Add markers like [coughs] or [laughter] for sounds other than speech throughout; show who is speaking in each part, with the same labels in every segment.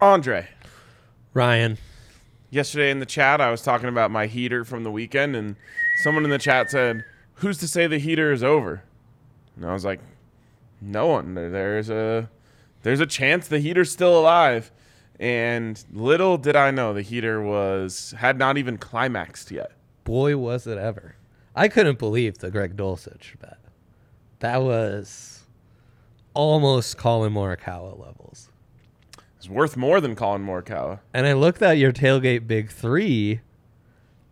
Speaker 1: Andre,
Speaker 2: Ryan.
Speaker 1: yesterday in the chat, I was talking about my heater from the weekend, and someone in the chat said, Who's to say the heater is over? And I was like, No one. There- There's a, there's a chance the heater's still alive. And little did I know the heater was had not even climaxed yet.
Speaker 2: Boy, was it ever. I couldn't believe the Greg Dulcich bet. That was almost Colin Morikawa levels.
Speaker 1: It's worth more than Colin Morikawa.
Speaker 2: And I looked at your tailgate big three.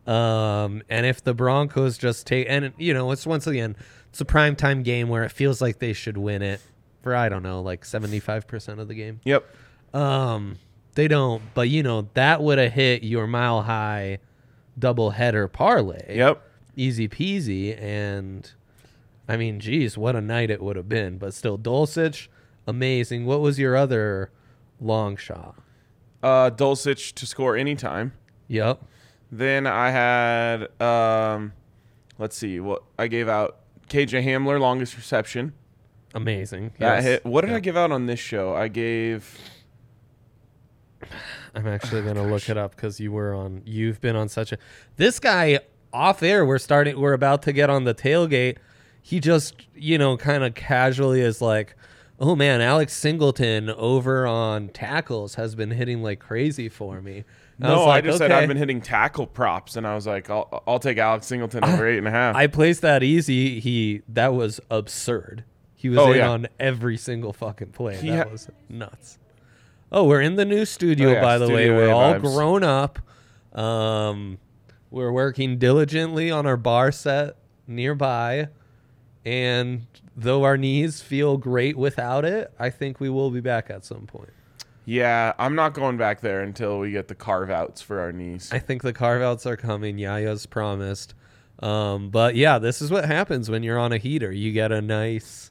Speaker 2: Um, and if the Broncos just take, and you know, it's once again, it's a primetime game where it feels like they should win it for, I don't know, like 75% of the game.
Speaker 1: Yep.
Speaker 2: Um, they don't, but you know, that would have hit your mile high double header parlay.
Speaker 1: Yep.
Speaker 2: Easy peasy. And I mean, geez, what a night it would have been. But still, Dulcich, amazing. What was your other long shot?
Speaker 1: Uh, Dulcich to score anytime.
Speaker 2: Yep.
Speaker 1: Then I had, um, let's see, what I gave out KJ Hamler longest reception.
Speaker 2: Amazing.
Speaker 1: That
Speaker 2: Yes.
Speaker 1: hit. What did I give out on this show? I gave.
Speaker 2: I'm
Speaker 1: Oh
Speaker 2: actually gonna look it up because you were on. You've been on such a. This guy off air. We're starting. We're about to get on the tailgate. He just you know kind of casually is like, oh man, Alex Singleton over on tackles has been hitting like crazy for me. And
Speaker 1: No, I,
Speaker 2: was like,
Speaker 1: just said I've
Speaker 2: okay.
Speaker 1: been hitting tackle props, and I was like, I'll, I'll take Alex Singleton
Speaker 2: [laughs]
Speaker 1: over eight and a half.
Speaker 2: I placed that easy. He that was absurd. He was
Speaker 1: Oh,
Speaker 2: in
Speaker 1: yeah.
Speaker 2: on every single fucking play.
Speaker 1: He
Speaker 2: that
Speaker 1: ha-
Speaker 2: was nuts. Oh, we're in the new studio,
Speaker 1: Oh, yeah,
Speaker 2: by the way.
Speaker 1: Studio
Speaker 2: We're
Speaker 1: A
Speaker 2: all
Speaker 1: vibes.
Speaker 2: grown up. Um, we're working diligently on our bar set nearby, and though our knees feel great without it, I think we will be back at some point.
Speaker 1: yeah, I'm not going back there until we get the carve outs for our knees.
Speaker 2: I think the carve outs are coming. Yaya's promised. Um, but yeah, this is what happens when you're on a heater. You get a nice,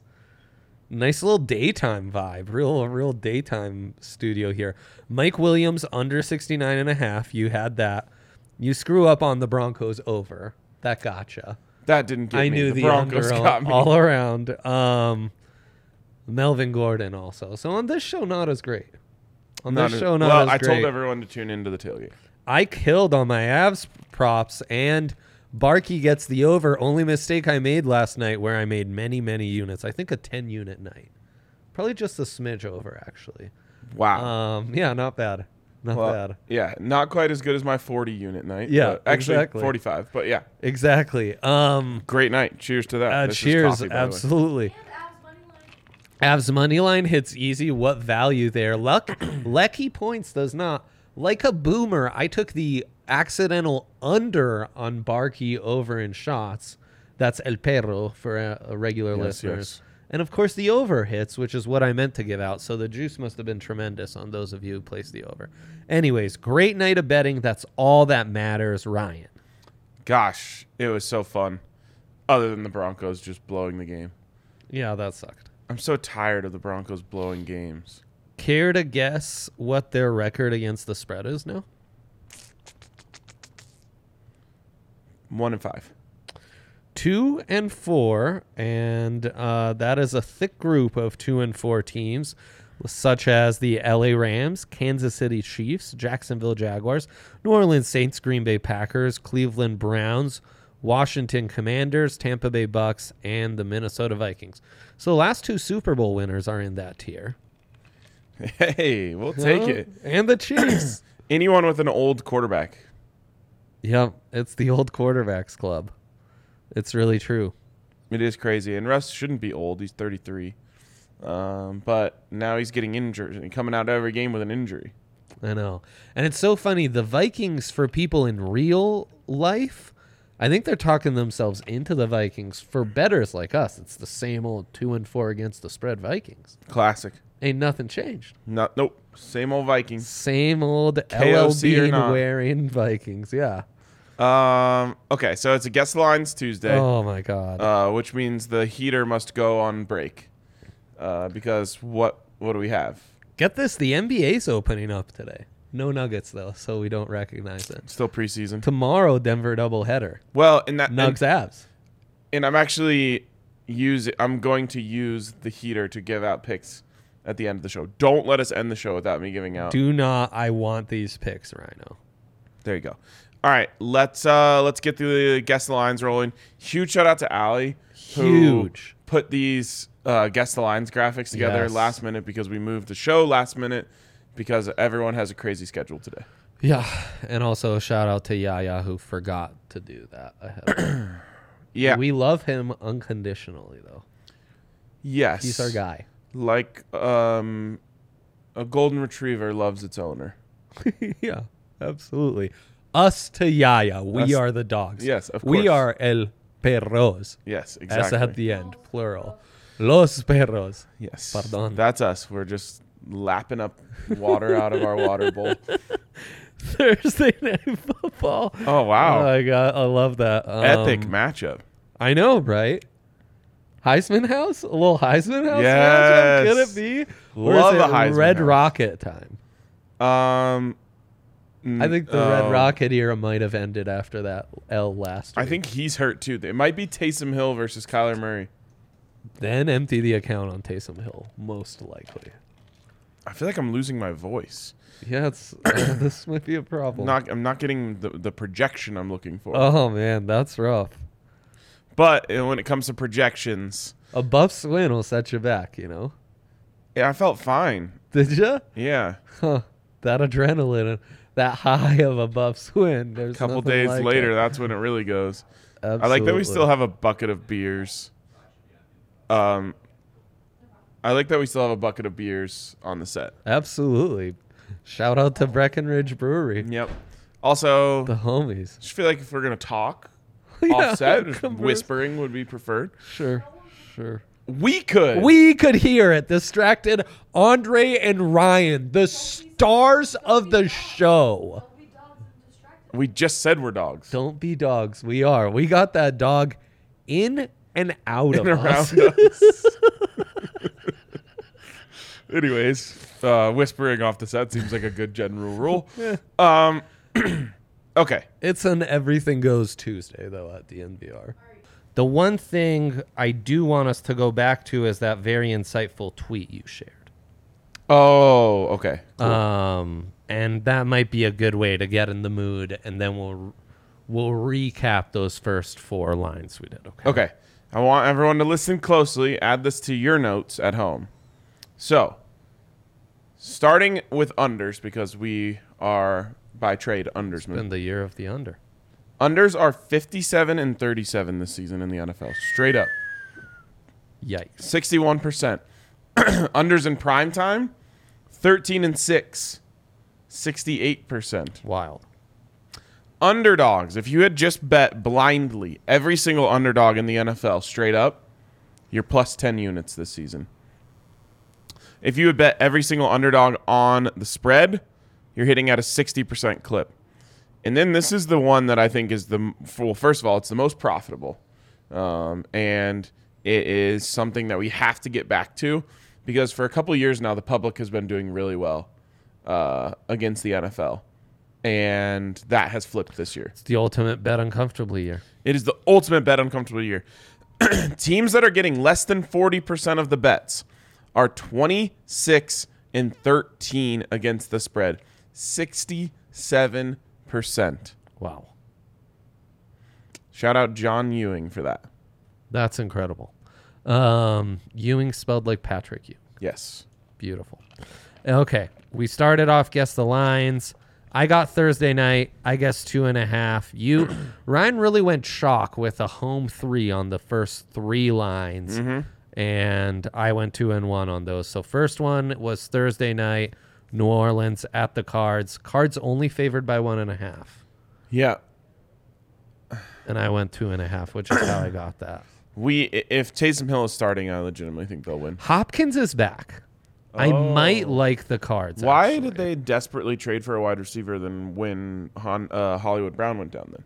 Speaker 2: nice little daytime vibe. Real, real daytime studio here. Mike Williams under 69 and a half. You had that. You screw up on the Broncos over. That gotcha.
Speaker 1: that didn't get
Speaker 2: I
Speaker 1: me.
Speaker 2: knew
Speaker 1: the
Speaker 2: the,
Speaker 1: Broncos
Speaker 2: under
Speaker 1: got me.
Speaker 2: all around. Um, Melvin Gordon also. So on this show, not as great.
Speaker 1: [laughs]
Speaker 2: On
Speaker 1: Not
Speaker 2: this
Speaker 1: a-
Speaker 2: show, not
Speaker 1: well,
Speaker 2: as
Speaker 1: I
Speaker 2: great.
Speaker 1: told everyone to tune into the tailgate.
Speaker 2: I killed on my abs props and Barkey gets the over. Only mistake I made last night where I made many, many units. I think a 10 unit night. Probably just a smidge over, actually.
Speaker 1: Wow.
Speaker 2: Um, yeah, not bad. Not
Speaker 1: Well,
Speaker 2: bad.
Speaker 1: Yeah, not quite as good as my 40 unit night.
Speaker 2: Yeah,
Speaker 1: but actually
Speaker 2: exactly.
Speaker 1: 45. But yeah,
Speaker 2: Exactly. Um,
Speaker 1: great night. Cheers to that.
Speaker 2: uh,
Speaker 1: This is
Speaker 2: cheers.
Speaker 1: coffee, by the way.
Speaker 2: absolutely. Avs money line hits easy. What value there? Luck [clears throat] Lecky points does not. Like a boomer, I took the accidental under on Barkey over in shots. That's El Perro for uh, uh, regular
Speaker 1: Yes,
Speaker 2: listeners.
Speaker 1: yes.
Speaker 2: And of course, the over hits, which is what I meant to give out. So the juice must have been tremendous on those of you who placed the over. Anyways, great night of betting. That's all that matters, Ryan.
Speaker 1: Gosh, it was so fun. Other than the Broncos just blowing the game.
Speaker 2: Yeah, that sucked.
Speaker 1: I'm so tired of the Broncos blowing games.
Speaker 2: Care to guess what their record against the spread is now?
Speaker 1: One and five. [laughs]
Speaker 2: two and four, and uh, that is a thick group of two and four teams, such as the LA Rams, Kansas City Chiefs, Jacksonville Jaguars, New Orleans Saints, Green Bay Packers, Cleveland Browns, Washington Commanders, Tampa Bay Bucks, and the Minnesota Vikings. So the last two Super Bowl winners are in that tier.
Speaker 1: Hey, we'll take
Speaker 2: Huh?
Speaker 1: it.
Speaker 2: And the Chiefs. [coughs]
Speaker 1: Anyone with an old quarterback.
Speaker 2: yep, it's the old quarterbacks club. It's really true.
Speaker 1: It is crazy. And Russ shouldn't be old. He's 33. Um, but now he's getting injured and coming out of every game with an injury.
Speaker 2: I know. And it's so funny. The Vikings, for people in real life, I think they're talking themselves into the Vikings. For betters like us, it's the same old two and four against the spread Vikings.
Speaker 1: Classic.
Speaker 2: Ain't nothing changed.
Speaker 1: No, nope. Same old Vikings.
Speaker 2: Same old
Speaker 1: KOC or
Speaker 2: LLB
Speaker 1: not.
Speaker 2: wearing Vikings. Yeah.
Speaker 1: Um, okay, so it's a guess the lines Tuesday.
Speaker 2: Oh my God.
Speaker 1: uh, which means the heater must go on break. Uh, because what what do we have?
Speaker 2: Get this: the NBA's opening up today. No Nuggets though, so we don't recognize it.
Speaker 1: Still preseason.
Speaker 2: Tomorrow, Denver doubleheader.
Speaker 1: Well, and that
Speaker 2: Nugs
Speaker 1: and,
Speaker 2: abs.
Speaker 1: and I'm actually use I'm going to use the heater to give out picks at the end of the show. Don't let us end the show without me giving out.
Speaker 2: Do not. I want these picks, Rhino.
Speaker 1: There you go. All right, let's uh let's get the guess the lines rolling. Huge shout out to Allie. who
Speaker 2: Huge.
Speaker 1: put these uh, guess the lines graphics together
Speaker 2: Yes.
Speaker 1: last minute because we moved the show last minute because everyone has a crazy schedule today.
Speaker 2: Yeah, and also shout out to Yaya who forgot to do that. ahead. [clears throat]
Speaker 1: Yeah.
Speaker 2: we love him unconditionally though.
Speaker 1: yes.
Speaker 2: He's our guy.
Speaker 1: Like um, a golden retriever loves its owner.
Speaker 2: [laughs] yeah, absolutely. Us to Yaya, we
Speaker 1: Us-
Speaker 2: are the dogs.
Speaker 1: Yes, of
Speaker 2: We
Speaker 1: course.
Speaker 2: are el perros.
Speaker 1: Yes,
Speaker 2: That's
Speaker 1: exactly.
Speaker 2: at the end, plural. Los perros.
Speaker 1: yes.
Speaker 2: Pardon.
Speaker 1: That's us. We're just lapping up water out of our water bowl.
Speaker 2: [laughs] Thursday night football.
Speaker 1: Oh
Speaker 2: Oh
Speaker 1: wow.
Speaker 2: my god, I love that. Um,
Speaker 1: Epic matchup.
Speaker 2: I know, right? Heisman House, a little Heisman House. matchup?
Speaker 1: Yes.
Speaker 2: could it be? Or is
Speaker 1: Love
Speaker 2: it
Speaker 1: a Heisman
Speaker 2: Red
Speaker 1: House.
Speaker 2: Rocket time.
Speaker 1: Um
Speaker 2: I think the
Speaker 1: oh.
Speaker 2: Red Rocket era might have ended after that L last.
Speaker 1: I
Speaker 2: week.
Speaker 1: think he's hurt too. It might be Taysom Hill versus Kyler Murray.
Speaker 2: then empty the account on Taysom Hill, most likely.
Speaker 1: I feel like I'm losing my voice.
Speaker 2: Yeah, it's, [coughs] uh, this might be a problem.
Speaker 1: Not I'm not getting the, the projection I'm looking for.
Speaker 2: oh man, that's rough.
Speaker 1: But uh, when it comes to projections,
Speaker 2: A buff swing will set you back. You know?
Speaker 1: yeah, I felt fine.
Speaker 2: Did ya?
Speaker 1: Yeah.
Speaker 2: Huh? That adrenaline, that high of a buff swing. There's
Speaker 1: A couple
Speaker 2: nothing
Speaker 1: days
Speaker 2: like
Speaker 1: later,
Speaker 2: It.
Speaker 1: that's when it really goes.
Speaker 2: Absolutely.
Speaker 1: I like that we still have a bucket of beers. Um I like that we still have a bucket of beers on the set.
Speaker 2: Absolutely. Shout out to Breckenridge Brewery,
Speaker 1: Yep. Also,
Speaker 2: the homies. [laughs]
Speaker 1: just feel like if we're gonna talk
Speaker 2: Yeah,
Speaker 1: offset,
Speaker 2: [laughs]
Speaker 1: just
Speaker 2: converse.
Speaker 1: whispering would be preferred.
Speaker 2: Sure, sure.
Speaker 1: We could.
Speaker 2: We could hear it. Distracted Andre and Ryan, the stars of the show.
Speaker 3: Don't be dogs and distracted.
Speaker 1: We just said we're dogs.
Speaker 2: [laughs] Don't be dogs. We are. We got that dog in and out of
Speaker 1: And
Speaker 2: us. [laughs]
Speaker 1: around us. Anyways, uh, whispering off the set seems like a good general
Speaker 2: [laughs]
Speaker 1: rule. Um, [clears throat] okay.
Speaker 2: It's an everything goes Tuesday though at the NBR. The one thing I do want us to go back to is that very insightful tweet you shared.
Speaker 1: Oh, okay.
Speaker 2: Um, and that might be a good way to get in the mood, and then we'll we'll recap those first four lines we did. Okay.
Speaker 1: Okay. I want everyone to listen closely. Add this to your notes at home. So, starting with unders because we are by trade undersmen.
Speaker 2: In the year of the under.
Speaker 1: Unders are 57 and 37 this season in the NFL. Straight up.
Speaker 2: Yikes.
Speaker 1: 61%. [clears throat] Unders in prime time, 13 and 6. 68%.
Speaker 2: Wild.
Speaker 1: Underdogs. If you had just bet blindly every single underdog in the NFL straight up, you're plus 10 units this season. If you had bet every single underdog on the spread, you're hitting at a 60% clip. And then this is the one that I think is the well. First of all, it's the most profitable, um, and it is something that we have to get back to because for a couple of years now, the public has been doing really well uh, against the NFL, and that has flipped this year.
Speaker 2: It's the ultimate bet uncomfortably year.
Speaker 1: It is the ultimate bet uncomfortable year. [clears throat] Teams that are getting less than 40% of the bets are 26 and 13 against the spread, 67%.
Speaker 2: Wow.
Speaker 1: Shout out John Ewing for that.
Speaker 2: That's incredible. Um, Ewing spelled like Patrick Ewing.
Speaker 1: Yes.
Speaker 2: Beautiful. Okay. We started off guess the lines. I got Thursday night. I guess two and a half. You, [coughs] Ryan, really went shock with a home three on the first three lines,
Speaker 1: Mm-hmm.
Speaker 2: and I went two and one on those. So first one was Thursday night, New Orleans at the Cards. Cards only favored by one and a half,
Speaker 1: Yeah.
Speaker 2: and I went two and a half, which is how I
Speaker 1: [coughs]
Speaker 2: got that.
Speaker 1: We i- if Taysom Hill is starting, I legitimately think they'll win.
Speaker 2: Hopkins is back. I might like the Cards.
Speaker 1: Oh. Why
Speaker 2: actually.
Speaker 1: did they desperately trade for a wide receiver then when Hon, uh, Hollywood Brown went down then?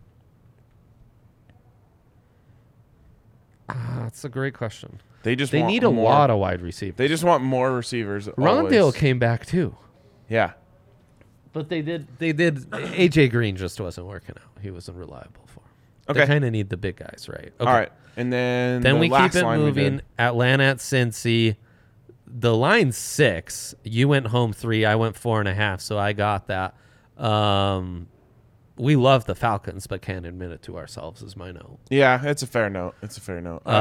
Speaker 2: Ah, that's a great question.
Speaker 1: They just
Speaker 2: They
Speaker 1: want
Speaker 2: need a
Speaker 1: more-
Speaker 2: lot of wide receivers.
Speaker 1: They just want more receivers.
Speaker 2: Rondale
Speaker 1: always.
Speaker 2: came back too,
Speaker 1: Yeah.
Speaker 2: but they did. They did. AJ Green just wasn't working out. He wasn't reliable for. 'em. They
Speaker 1: Okay.
Speaker 2: kind of need the big guys, right? Okay.
Speaker 1: All right. And then
Speaker 2: Then
Speaker 1: the
Speaker 2: we
Speaker 1: last
Speaker 2: keep it
Speaker 1: line we did.
Speaker 2: moving. Atlanta at Cincy. the line's six. You went home three. I went four and a half. So I got that. Um, we love the Falcons, but can't admit it to ourselves. Is my note.
Speaker 1: Yeah, it's a fair note. It's a fair note. I,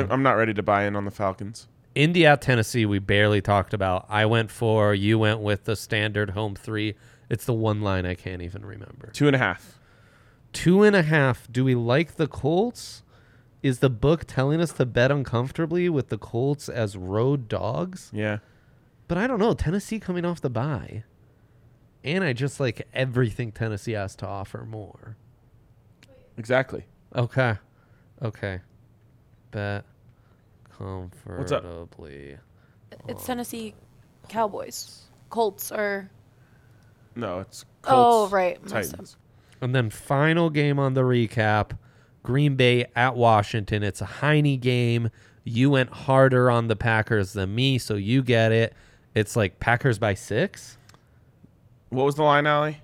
Speaker 2: Um,
Speaker 1: I, I'm not ready to buy in on the Falcons.
Speaker 2: Indy at Tennessee, we barely talked about. I went for. You went with the standard home three. It's the one line I can't even remember.
Speaker 1: Two and a half.
Speaker 2: Two and a half. Do we like the Colts? Is the book telling us to bet uncomfortably with the Colts as road dogs?
Speaker 1: Yeah.
Speaker 2: But I don't know. Tennessee coming off the bye. And I just like everything Tennessee has to offer more.
Speaker 1: Exactly.
Speaker 2: Okay. Okay. Bet comfortably.
Speaker 3: It's Tennessee Cowboys. Colts are.
Speaker 1: No, it's
Speaker 3: Oh,
Speaker 1: Colts,
Speaker 3: right. messed up.
Speaker 1: Titans.
Speaker 2: And then final game on the recap Green Bay at Washington. It's a Heine game. You went harder on the Packers than me, so you get it. It's like Packers by six.
Speaker 1: What was the line, Allie?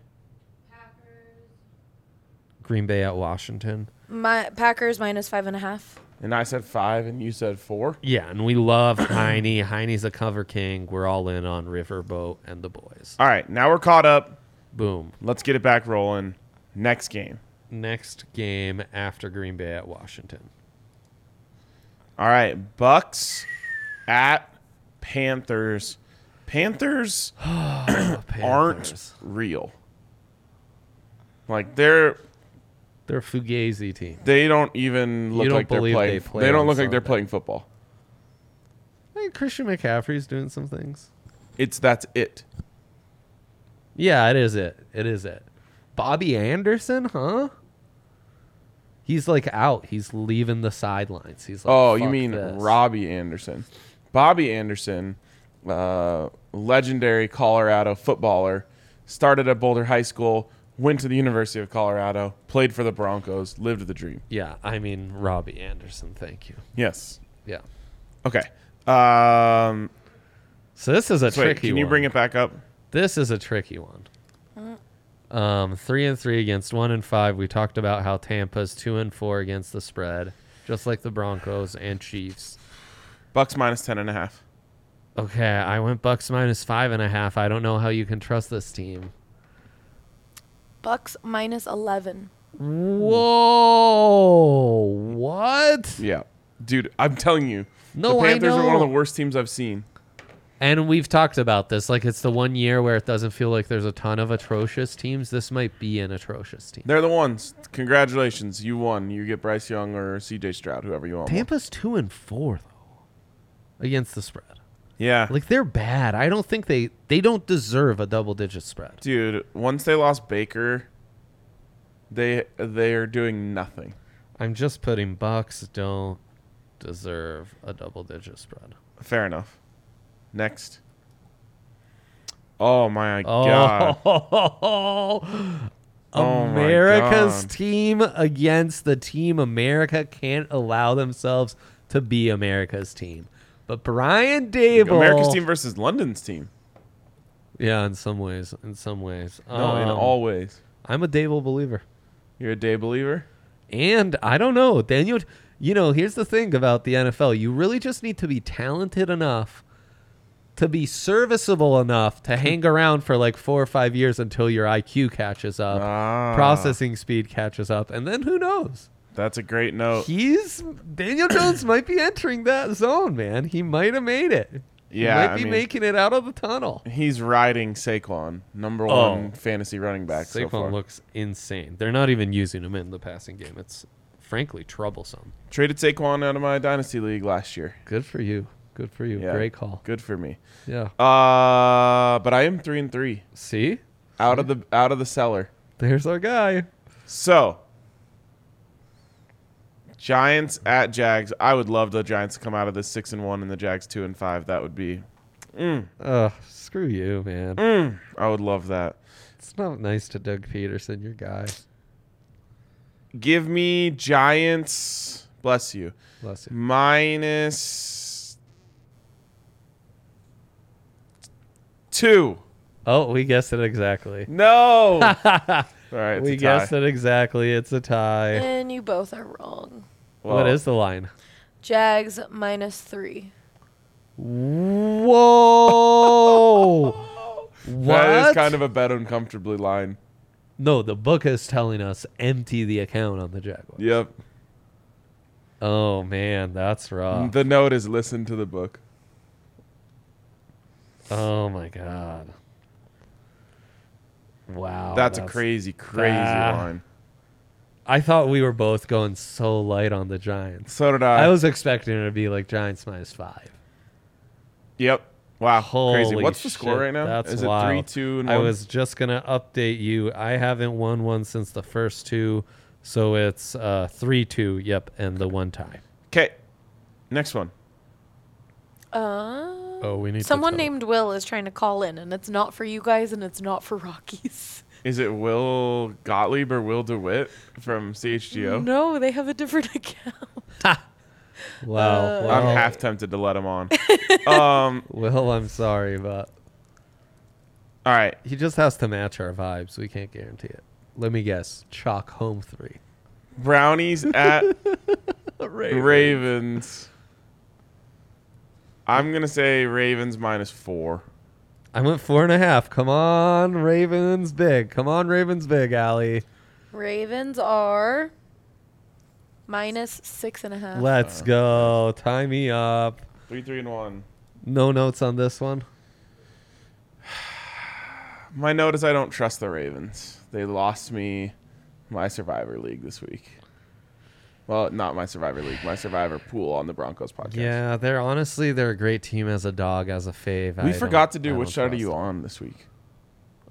Speaker 2: Green Bay at Washington.
Speaker 3: My Packers minus five and a half.
Speaker 1: And I said five, and you said four.
Speaker 2: Yeah, and we love [coughs] Heine. Heine's a cover king. We're all in on Riverboat and the boys.
Speaker 1: All right, now we're caught up.
Speaker 2: Boom.
Speaker 1: Let's get it back rolling. Next game.
Speaker 2: Next game after Green Bay at Washington. [coughs]
Speaker 1: All right, Bucks at Panthers. Panthers aren't
Speaker 2: Oh, Panthers.
Speaker 1: real. Like they're
Speaker 2: They're a Fugazi team.
Speaker 1: they don't even look
Speaker 2: don't
Speaker 1: like they're
Speaker 2: believe
Speaker 1: playing.
Speaker 2: they play
Speaker 1: they don't
Speaker 2: on
Speaker 1: look like they're
Speaker 2: Sunday.
Speaker 1: playing football.
Speaker 2: I think Christian McCaffrey's doing some things.
Speaker 1: It's that's it.
Speaker 2: Yeah, it is it. It is it. Bobby Anderson, huh? He's like out. He's leaving the sidelines. He's like,
Speaker 1: Oh, you
Speaker 2: "Fuck
Speaker 1: mean
Speaker 2: this."
Speaker 1: Robbie Anderson? Bobby Anderson, uh, legendary Colorado footballer, started at Boulder High School, went to the University of Colorado, played for the Broncos, lived the dream.
Speaker 2: Yeah, I mean Robbie Anderson. Thank you.
Speaker 1: Yes.
Speaker 2: Yeah.
Speaker 1: Okay. Um,
Speaker 2: So this is a
Speaker 1: so wait,
Speaker 2: tricky.
Speaker 1: can you
Speaker 2: one.
Speaker 1: bring it back up?
Speaker 2: This is a tricky one. Um, three and three against one and five. We talked about how Tampa's two and four against the spread, just like the Broncos and Chiefs.
Speaker 1: Bucks minus ten and a half.
Speaker 2: Okay, I went Bucks minus five and a half. I don't know how you can trust this team.
Speaker 3: Bucks minus eleven.
Speaker 2: Whoa! What?
Speaker 1: Yeah, dude, I'm telling you,
Speaker 2: No,
Speaker 1: the
Speaker 2: I
Speaker 1: Panthers are one of the
Speaker 2: know.
Speaker 1: worst teams I've seen.
Speaker 2: And we've talked about this. Like, it's the one year where it doesn't feel like there's a ton of atrocious teams. This might be an atrocious team.
Speaker 1: They're the ones. Congratulations, you won. You get Bryce Young or C.J. Stroud, whoever you want.
Speaker 2: Tampa's two and four though, against the spread.
Speaker 1: Yeah,
Speaker 2: Like they're bad. I don't think they they don't deserve a double digit spread.
Speaker 1: dude. Once they lost Baker, they they are doing nothing.
Speaker 2: I'm just putting Bucks don't deserve a double digit spread.
Speaker 1: Fair enough. Next. Oh my god.
Speaker 2: Oh, [laughs]
Speaker 1: Oh my
Speaker 2: America's
Speaker 1: God.
Speaker 2: team against the team America can't allow themselves to be America's team. But Brian Dable,
Speaker 1: America's team versus London's team.
Speaker 2: yeah, in some ways, in some ways,
Speaker 1: No, in
Speaker 2: Um,
Speaker 1: all ways.
Speaker 2: I'm a Dable believer,
Speaker 1: You're a day believer.
Speaker 2: and I don't know Daniel. You know, here's the thing about the NFL: you really just need to be talented enough to be serviceable enough
Speaker 1: [laughs]
Speaker 2: to hang around for like four or five years until your IQ catches up.
Speaker 1: Ah,
Speaker 2: processing speed catches up, and then who knows?
Speaker 1: That's a great note.
Speaker 2: He's
Speaker 1: [coughs]
Speaker 2: Daniel Jones might be entering that zone, man. He might have made it.
Speaker 1: Yeah,
Speaker 2: he
Speaker 1: I
Speaker 2: might be
Speaker 1: mean-
Speaker 2: making it out of the tunnel.
Speaker 1: He's riding Saquon, number one
Speaker 2: Oh.
Speaker 1: fantasy running back so
Speaker 2: Saquon
Speaker 1: far.
Speaker 2: looks insane. They're not even using him in the passing game. It's frankly troublesome.
Speaker 1: Traded Saquon out of my dynasty league last year.
Speaker 2: Good for you. Good for you.
Speaker 1: Yeah.
Speaker 2: Great call.
Speaker 1: Good for me.
Speaker 2: Yeah.
Speaker 1: Uh, but I am three and three
Speaker 2: See,
Speaker 1: out of the out of the cellar.
Speaker 2: there's our guy.
Speaker 1: So Giants at Jags. I would love the Giants to come out of this six and one and the Jags two and five. That would be. Mm,
Speaker 2: Ugh, screw you, man.
Speaker 1: mm, I would love that.
Speaker 2: It's not nice to Doug Peterson, your guy.
Speaker 1: Give me Giants. Bless you.
Speaker 2: Bless you.
Speaker 1: Minus two.
Speaker 2: Oh, we guessed it exactly.
Speaker 1: No. [laughs]
Speaker 2: [laughs]
Speaker 1: All right. it's
Speaker 2: we
Speaker 1: a tie.
Speaker 2: guessed it exactly. It's a tie.
Speaker 3: And you both are wrong.
Speaker 1: Well,
Speaker 2: what is the line?
Speaker 3: Jags minus three.
Speaker 2: Whoa! what?
Speaker 1: [laughs] That is kind of a bet uncomfortably line.
Speaker 2: no, the book is telling us empty the account on the Jaguars.
Speaker 1: Yep.
Speaker 2: Oh man, that's rough.
Speaker 1: The note is listen to the book.
Speaker 2: oh my god. Wow.
Speaker 1: that's, a crazy, crazy
Speaker 2: Oh, bad.
Speaker 1: line.
Speaker 2: I thought we were both going so light on the Giants.
Speaker 1: So did I.
Speaker 2: I was expecting it to be like Giants minus five.
Speaker 1: Yep. Wow. crazy.
Speaker 2: Holy
Speaker 1: What's the score
Speaker 2: shit,
Speaker 1: right now?
Speaker 2: That's
Speaker 1: is it
Speaker 2: wild.
Speaker 1: three, two, and
Speaker 2: I
Speaker 1: one?
Speaker 2: was just gonna update you. I haven't won one since the first two, so it's uh, three two. Yep, and the one tie.
Speaker 1: Okay. Next one.
Speaker 3: Uh,
Speaker 2: Oh, we need
Speaker 3: someone named Will is trying to call in, and it's not for you guys, and it's not for Rockies.
Speaker 1: Is it Will Gottlieb or Will DeWitt from CHGO?
Speaker 3: [laughs] No, they have a different [laughs] account.
Speaker 2: Wow.
Speaker 3: Uh,
Speaker 2: well,
Speaker 1: I'm half tempted to let him on. [laughs] um,
Speaker 2: Well, I'm sorry, but
Speaker 1: all right.
Speaker 2: he just has to match our vibes. We can't guarantee it. Let me guess. Chalk home three.
Speaker 1: Brownies
Speaker 2: [laughs]
Speaker 1: at
Speaker 2: Ravens.
Speaker 1: Ravens. I'm going to say Ravens minus four.
Speaker 2: I went four and a half. Come on, Ravens big. Come on, Ravens big, Allie.
Speaker 3: Ravens are minus six and a half.
Speaker 2: Let's go. Tie me up.
Speaker 1: Three, three, and one.
Speaker 2: No notes on this one.
Speaker 1: My note is I don't trust the Ravens. They lost me my Survivor League this week. Well, not my Survivor League, my Survivor pool on the Broncos podcast.
Speaker 2: Yeah, they're honestly they're a great team as a dog, as a fave.
Speaker 1: We forgot to do which side are you on this week?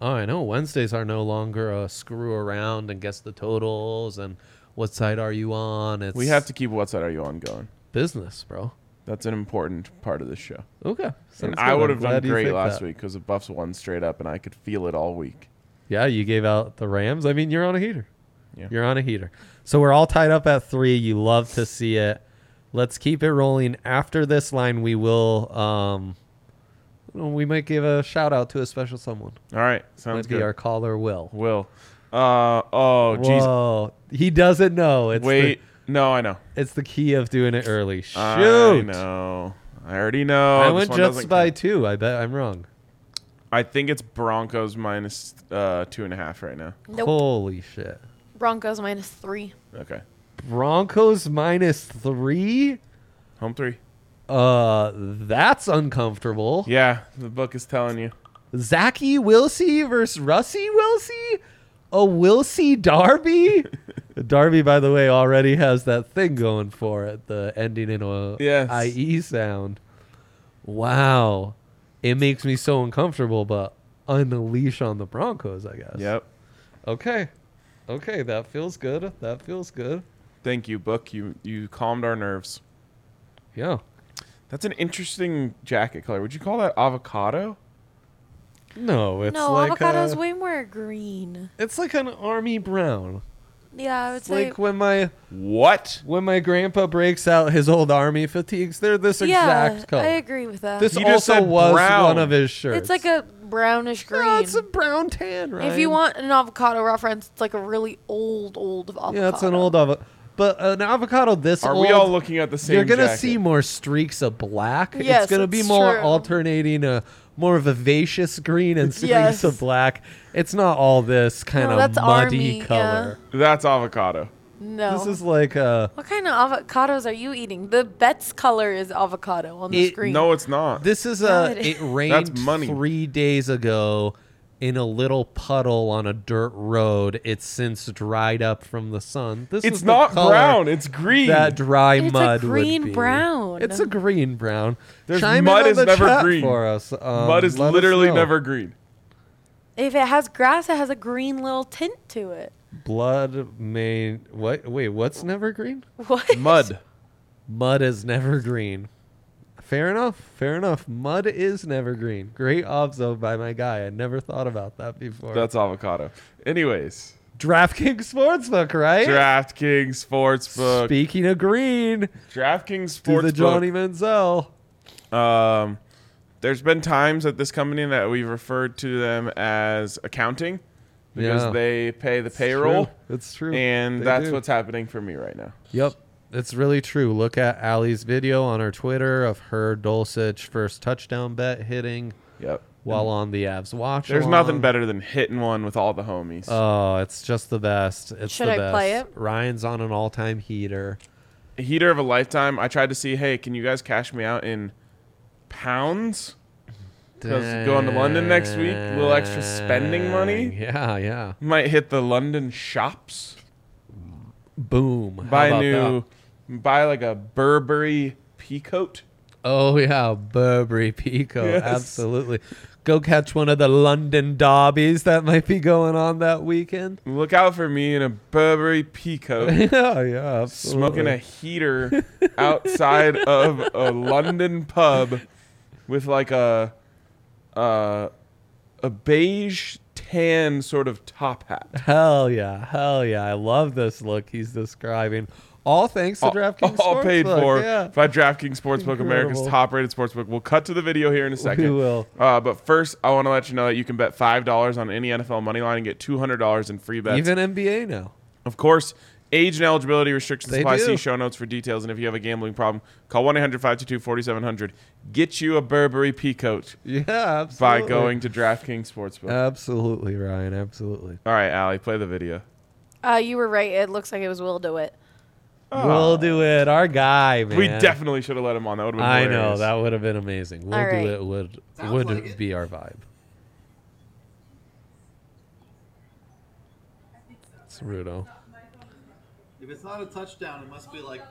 Speaker 2: Oh, I know. Wednesdays are no longer a screw around and guess the totals and what side are you on. It's
Speaker 1: We have to keep what side are you on going.
Speaker 2: business, bro.
Speaker 1: That's an important part of this show.
Speaker 2: Okay.
Speaker 1: And
Speaker 2: sounds
Speaker 1: I
Speaker 2: good.
Speaker 1: would
Speaker 2: I'm
Speaker 1: have done
Speaker 2: glad you
Speaker 1: great
Speaker 2: picked
Speaker 1: last
Speaker 2: that.
Speaker 1: week because the Buffs won straight up, and I could feel it all week.
Speaker 2: Yeah, you gave out the Rams. I mean, you're on a heater.
Speaker 1: Yeah.
Speaker 2: You're on a heater. So we're all tied up at three. You love to see it. Let's keep it rolling. After this line, we will. Um, we might give a shout out to a special someone.
Speaker 1: All right, sounds
Speaker 2: Might be
Speaker 1: good.
Speaker 2: our caller, Will.
Speaker 1: Will, uh, oh, jeez,
Speaker 2: Whoa, he doesn't know. It's
Speaker 1: wait, no, I know,
Speaker 2: the, it's the key of doing it early. Shoot,
Speaker 1: I know, I already know.
Speaker 2: I
Speaker 1: This
Speaker 2: went
Speaker 1: one
Speaker 2: Jets
Speaker 1: doesn't
Speaker 2: by
Speaker 1: count.
Speaker 2: two. I bet I'm wrong.
Speaker 1: I think it's Broncos minus uh, two and a half right now.
Speaker 3: Nope.
Speaker 2: Holy shit!
Speaker 3: Broncos minus three.
Speaker 1: Okay,
Speaker 2: Broncos minus three.
Speaker 1: home three.
Speaker 2: Uh, that's uncomfortable.
Speaker 1: Yeah, the book is telling you.
Speaker 2: Zachy Wilsey versus Russie Wilsey? A Wilsey [laughs] Darby? Darby, by the way, already has that thing going for it, the ending in a
Speaker 1: Yes.
Speaker 2: IE sound. Wow. It makes me so uncomfortable, but unleash on the Broncos, I guess.
Speaker 1: Yep.
Speaker 2: Okay. Okay, that feels good. That feels good.
Speaker 1: Thank you, book. You you calmed our nerves.
Speaker 2: Yeah.
Speaker 1: That's an interesting jacket color. Would you call that avocado?
Speaker 2: No, it's
Speaker 3: no,
Speaker 2: like uh,
Speaker 3: avocado's
Speaker 2: a-
Speaker 3: way more green.
Speaker 2: it's like an army brown.
Speaker 3: Yeah, I would
Speaker 2: It's
Speaker 3: say.
Speaker 2: like when my
Speaker 1: What?
Speaker 2: When my grandpa breaks out his old army fatigues, they're this
Speaker 3: yeah,
Speaker 2: exact color.
Speaker 3: I agree with that.
Speaker 2: This
Speaker 1: You just
Speaker 2: also
Speaker 1: said
Speaker 2: was
Speaker 1: brown.
Speaker 2: one of his shirts.
Speaker 3: it's like a brownish green.
Speaker 2: No, it's a brown tan, right?
Speaker 3: If you want an avocado reference, it's like a really old, old avocado.
Speaker 2: yeah, it's an old avocado. But an avocado this
Speaker 1: Are
Speaker 2: old,
Speaker 1: we all looking at the same?
Speaker 2: you're gonna
Speaker 1: jacket?
Speaker 2: see more streaks of black.
Speaker 3: Yes,
Speaker 2: it's gonna be
Speaker 3: it's
Speaker 2: more
Speaker 3: true.
Speaker 2: alternating a more vivacious green
Speaker 3: [laughs]
Speaker 2: and streaks
Speaker 3: Yes.
Speaker 2: of black. It's not all this kind of
Speaker 3: No, that's
Speaker 2: muddy
Speaker 3: army, yeah.
Speaker 2: color.
Speaker 1: That's avocado.
Speaker 3: No.
Speaker 2: This is like uh, a.
Speaker 3: what kind of avocados are you eating? The Bet's color is avocado on the
Speaker 2: It-
Speaker 3: screen.
Speaker 1: No, it's not.
Speaker 2: This is
Speaker 3: No,
Speaker 2: a.
Speaker 3: it
Speaker 2: It
Speaker 3: [laughs] is.
Speaker 2: rained
Speaker 1: money.
Speaker 2: three days ago in a little puddle on a dirt road. It's since dried up from the sun. This
Speaker 1: it's
Speaker 2: is the
Speaker 1: not
Speaker 2: color
Speaker 1: brown. It's green.
Speaker 2: That dry
Speaker 3: It's a
Speaker 2: mud
Speaker 3: green
Speaker 2: would be.
Speaker 3: brown.
Speaker 2: It's a green brown.
Speaker 1: There's
Speaker 2: Chime in
Speaker 1: mud
Speaker 2: on
Speaker 1: is
Speaker 2: the
Speaker 1: never
Speaker 2: chat
Speaker 1: green.
Speaker 2: for us. Um,
Speaker 1: Mud is
Speaker 2: let us
Speaker 1: literally
Speaker 2: know.
Speaker 1: never
Speaker 2: [laughs]
Speaker 1: green.
Speaker 3: If it has grass, it has a green little tint to it. [laughs]
Speaker 2: Blood may what? Wait, what's never green?
Speaker 3: What?
Speaker 1: Mud.
Speaker 2: Mud is never green. Fair enough. Fair enough. Mud is never green. Great obzo by my guy. I never thought about that before.
Speaker 1: That's avocado. Anyways,
Speaker 2: DraftKings Sportsbook, right?
Speaker 1: DraftKings Sportsbook.
Speaker 2: Speaking of green,
Speaker 1: DraftKings
Speaker 2: to the Johnny
Speaker 1: Sportsbook.
Speaker 2: Manziel.
Speaker 1: Um, there's been times at this company that we've referred to them as accounting because
Speaker 2: Yeah.
Speaker 1: they pay the payroll,
Speaker 2: It's true.
Speaker 1: and
Speaker 2: They
Speaker 1: that's
Speaker 2: do.
Speaker 1: what's happening for me right now.
Speaker 2: Yep. It's really true. Look at Allie's video on her Twitter of her Dulcich first touchdown bet hitting
Speaker 1: Yep.
Speaker 2: while on the Avs watch.
Speaker 1: There's nothing
Speaker 2: along.
Speaker 1: better than hitting one with all the homies.
Speaker 2: Oh, it's just the best. It's
Speaker 3: Should
Speaker 2: the
Speaker 3: I
Speaker 2: best.
Speaker 3: play it?
Speaker 2: Ryan's on an all-time heater.
Speaker 1: a heater of a lifetime. I tried to see, hey, can you guys cash me out in pounds? 'Cause going to London next week, a little extra spending money.
Speaker 2: Dang. Yeah, yeah.
Speaker 1: Might hit the London shops.
Speaker 2: Boom. How
Speaker 1: Buy a
Speaker 2: about
Speaker 1: new,
Speaker 2: that?
Speaker 1: buy like a Burberry peacoat.
Speaker 2: Oh yeah, Burberry Pico.
Speaker 1: Yes.
Speaker 2: Absolutely. Go catch one of the London derbies that might be going on that weekend.
Speaker 1: Look out for me in a Burberry
Speaker 2: [laughs]
Speaker 1: peacoat.
Speaker 2: yeah, yeah.
Speaker 1: Oh, Smoking
Speaker 2: absolutely.
Speaker 1: a heater outside of a London pub with like a uh, a beige tan sort of top hat.
Speaker 2: Hell yeah, hell yeah! I love this look he's describing. All thanks to
Speaker 1: all,
Speaker 2: DraftKings.
Speaker 1: all paid
Speaker 2: Sportsbook,
Speaker 1: for
Speaker 2: Yeah.
Speaker 1: by DraftKings Sportsbook, America's
Speaker 2: Incredible.
Speaker 1: top-rated sportsbook. We'll cut to the video here in a second.
Speaker 2: We will.
Speaker 1: Uh, but first, I want to let you know that you can bet five dollars on any NFL money line and get two hundred dollars in free bets.
Speaker 2: Even NBA now.
Speaker 1: of course, age and eligibility restrictions
Speaker 2: They
Speaker 1: apply.
Speaker 2: do.
Speaker 1: See show notes for details. And if you have a gambling problem, call one 4700 Get you a Burberry peacoat
Speaker 2: Yeah,
Speaker 1: by
Speaker 2: absolutely. Uh,
Speaker 1: going to DraftKings Sportsbook.
Speaker 2: Absolutely, Ryan. Absolutely.
Speaker 1: All right, Allie, play the video.
Speaker 3: Uh, you were right. It looks like it was Will DeWitt.
Speaker 2: We'll do it. Our guy, man.
Speaker 1: Ah. We definitely should have let him on. That would have been.
Speaker 2: I know
Speaker 1: hilarious.
Speaker 2: that would have been amazing. We'll
Speaker 3: All right.
Speaker 2: do it. Would
Speaker 4: Sounds
Speaker 2: would
Speaker 4: like it.
Speaker 2: be our vibe. It's Rudo. [laughs]
Speaker 4: If it's not a touchdown, it must be like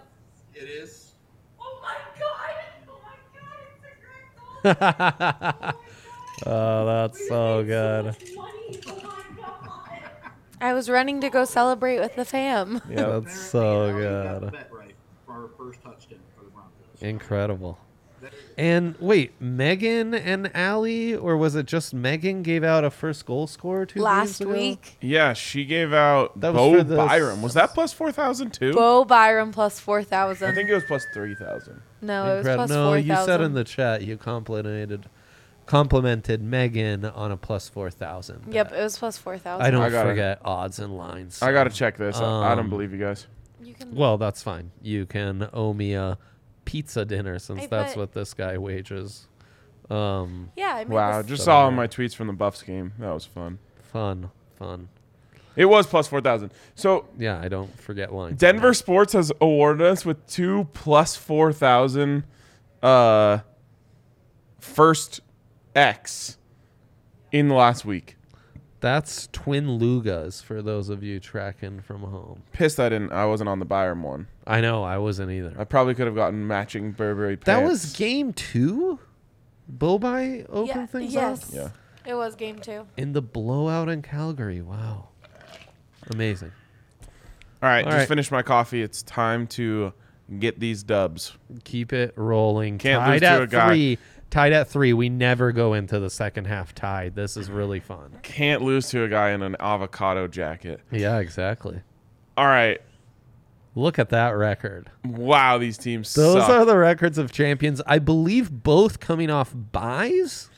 Speaker 4: it is.
Speaker 5: Oh my god! Oh my god, it's a great goal!
Speaker 2: Oh, that's so good.
Speaker 5: It's money! Oh my god!
Speaker 3: I was running to go celebrate with the fam.
Speaker 1: Yeah.
Speaker 2: That's so
Speaker 4: Apparently, Allen got the
Speaker 2: good.
Speaker 4: bet right for our first touchdown for the Broncos.
Speaker 2: Incredible. And wait, Megan and Allie, or was it just Megan gave out a first goal scorer two games
Speaker 3: Last
Speaker 2: ago?
Speaker 3: week,
Speaker 1: Yeah, she gave out
Speaker 2: That was
Speaker 1: Bo
Speaker 2: for the-
Speaker 1: Byram. Was that plus four thousand too?
Speaker 3: Bo Byram plus four
Speaker 1: I
Speaker 3: thousand.
Speaker 1: think it was plus three thousand.
Speaker 3: no, it was
Speaker 2: Incredi-
Speaker 3: plus
Speaker 2: no,
Speaker 3: four
Speaker 2: you said in
Speaker 3: thousand.
Speaker 2: the chat you complimented complimented Megan on a plus four thousand.
Speaker 3: Yep, it was plus four thousand.
Speaker 2: I don't
Speaker 1: I gotta-
Speaker 2: forget odds and lines.
Speaker 1: I gotta check this. I I don't
Speaker 2: Um,
Speaker 1: believe you guys.
Speaker 3: You can.
Speaker 2: Well, that's fine. You can owe me a pizza dinner since
Speaker 3: I
Speaker 2: that's
Speaker 3: put-
Speaker 2: what this guy wages. Um,
Speaker 3: yeah, I mean,
Speaker 1: Wow,
Speaker 3: this-
Speaker 1: just
Speaker 2: Seven
Speaker 1: saw all
Speaker 2: hundred.
Speaker 1: my tweets from the Buffs game. That was fun.
Speaker 2: fun, fun.
Speaker 1: It was plus four thousand. So
Speaker 2: Yeah, I don't forget lines.
Speaker 1: Denver Sports has awarded us with two plus four thousand uh first X in the last week.
Speaker 2: That's twin Lugas for those of you tracking from home.
Speaker 1: Pissed I didn't I wasn't on the Byram one.
Speaker 2: I know I wasn't either.
Speaker 1: I probably could have gotten matching Burberry pants.
Speaker 2: that was game two. Bobai opened
Speaker 3: yeah,
Speaker 2: things
Speaker 3: yes,
Speaker 2: up
Speaker 1: Yeah.
Speaker 3: it was game two.
Speaker 2: in the blowout in Calgary. Wow, amazing.
Speaker 1: All right,
Speaker 2: All
Speaker 1: just
Speaker 2: right.
Speaker 1: finished my coffee. It's time to get these dubs.
Speaker 2: Keep it rolling.
Speaker 1: Can't
Speaker 2: tied
Speaker 1: lose
Speaker 2: at
Speaker 1: to a guy.
Speaker 2: three. Tied at three. We never go into the second half tied. This is really fun.
Speaker 1: Can't lose to a guy in an avocado jacket.
Speaker 2: Yeah, exactly.
Speaker 1: All right.
Speaker 2: Look at that record.
Speaker 1: Wow, these teams
Speaker 2: Those
Speaker 1: suck.
Speaker 2: are the records of champions. I believe both coming off buys.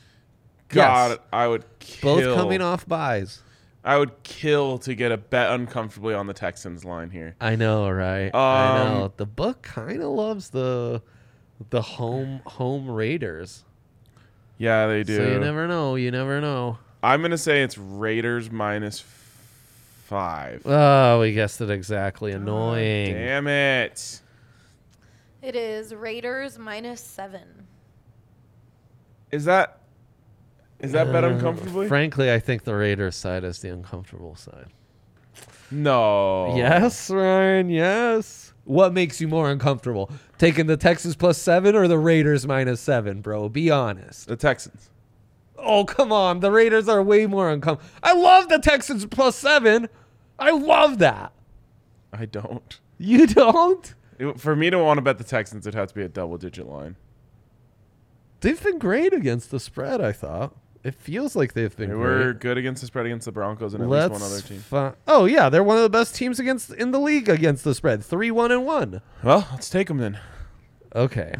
Speaker 1: God,
Speaker 2: Yes.
Speaker 1: I would kill.
Speaker 2: Both coming off buys.
Speaker 1: I would kill to get a bet uncomfortably on the Texans line here.
Speaker 2: I know, right? I
Speaker 1: Um,
Speaker 2: know. The book kind of loves the the home home Raiders.
Speaker 1: Yeah, they do.
Speaker 2: So you never know. You never know.
Speaker 1: I'm gonna say it's Raiders minus f- five.
Speaker 2: Oh, we guessed it exactly. Annoying.
Speaker 1: Damn it!
Speaker 3: It is Raiders minus seven.
Speaker 1: Is that is that bet
Speaker 2: Uh,
Speaker 1: uncomfortably?
Speaker 2: Frankly, I think the Raiders side is the uncomfortable side.
Speaker 1: no.
Speaker 2: Yes, Ryan. Yes. What makes you more uncomfortable, taking the Texans plus seven or the Raiders minus seven, bro? Be honest.
Speaker 1: The Texans.
Speaker 2: Oh, come on. The Raiders are way more uncomfortable. I love the Texans plus seven. I love that.
Speaker 1: I don't.
Speaker 2: You [laughs] don't?
Speaker 1: It- for me to want to bet the Texans, it'd have to be a double digit line.
Speaker 2: They've been great against the spread. I thought it feels like they've been
Speaker 1: They were good against the spread against the Broncos and at
Speaker 2: Let's
Speaker 1: least one other team.
Speaker 2: fi- oh yeah, they're one of the best teams against in the league against the spread. Three one and one. [laughs]
Speaker 1: Well, let's take them then.
Speaker 2: Okay.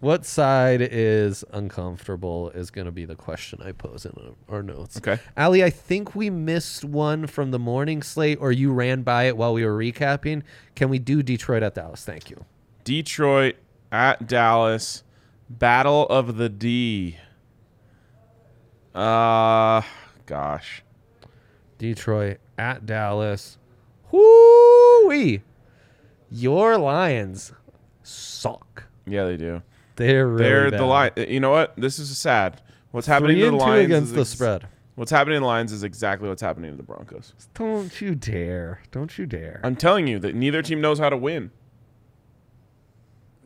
Speaker 2: What side is uncomfortable is going to be the question I pose in our notes.
Speaker 1: Okay.
Speaker 2: Ali, I think we missed one from the morning slate, or you ran by it while we were recapping. Can we do Detroit at Dallas? Thank you.
Speaker 1: Detroit at Dallas. Battle of the D. Uh gosh.
Speaker 2: Detroit at Dallas. Whoo-wee. Your Lions suck.
Speaker 1: Yeah, they do.
Speaker 2: They're really
Speaker 1: They're
Speaker 2: bad.
Speaker 1: the line. You know what? This is sad. What's happening
Speaker 2: Three
Speaker 1: to
Speaker 2: and
Speaker 1: the
Speaker 2: two
Speaker 1: Lions
Speaker 2: against
Speaker 1: is
Speaker 2: the
Speaker 1: ex-
Speaker 2: spread.
Speaker 1: What's happening to the Lions is exactly what's happening to the Broncos.
Speaker 2: Don't you dare! Don't you dare!
Speaker 1: I'm telling you that neither team knows how to win.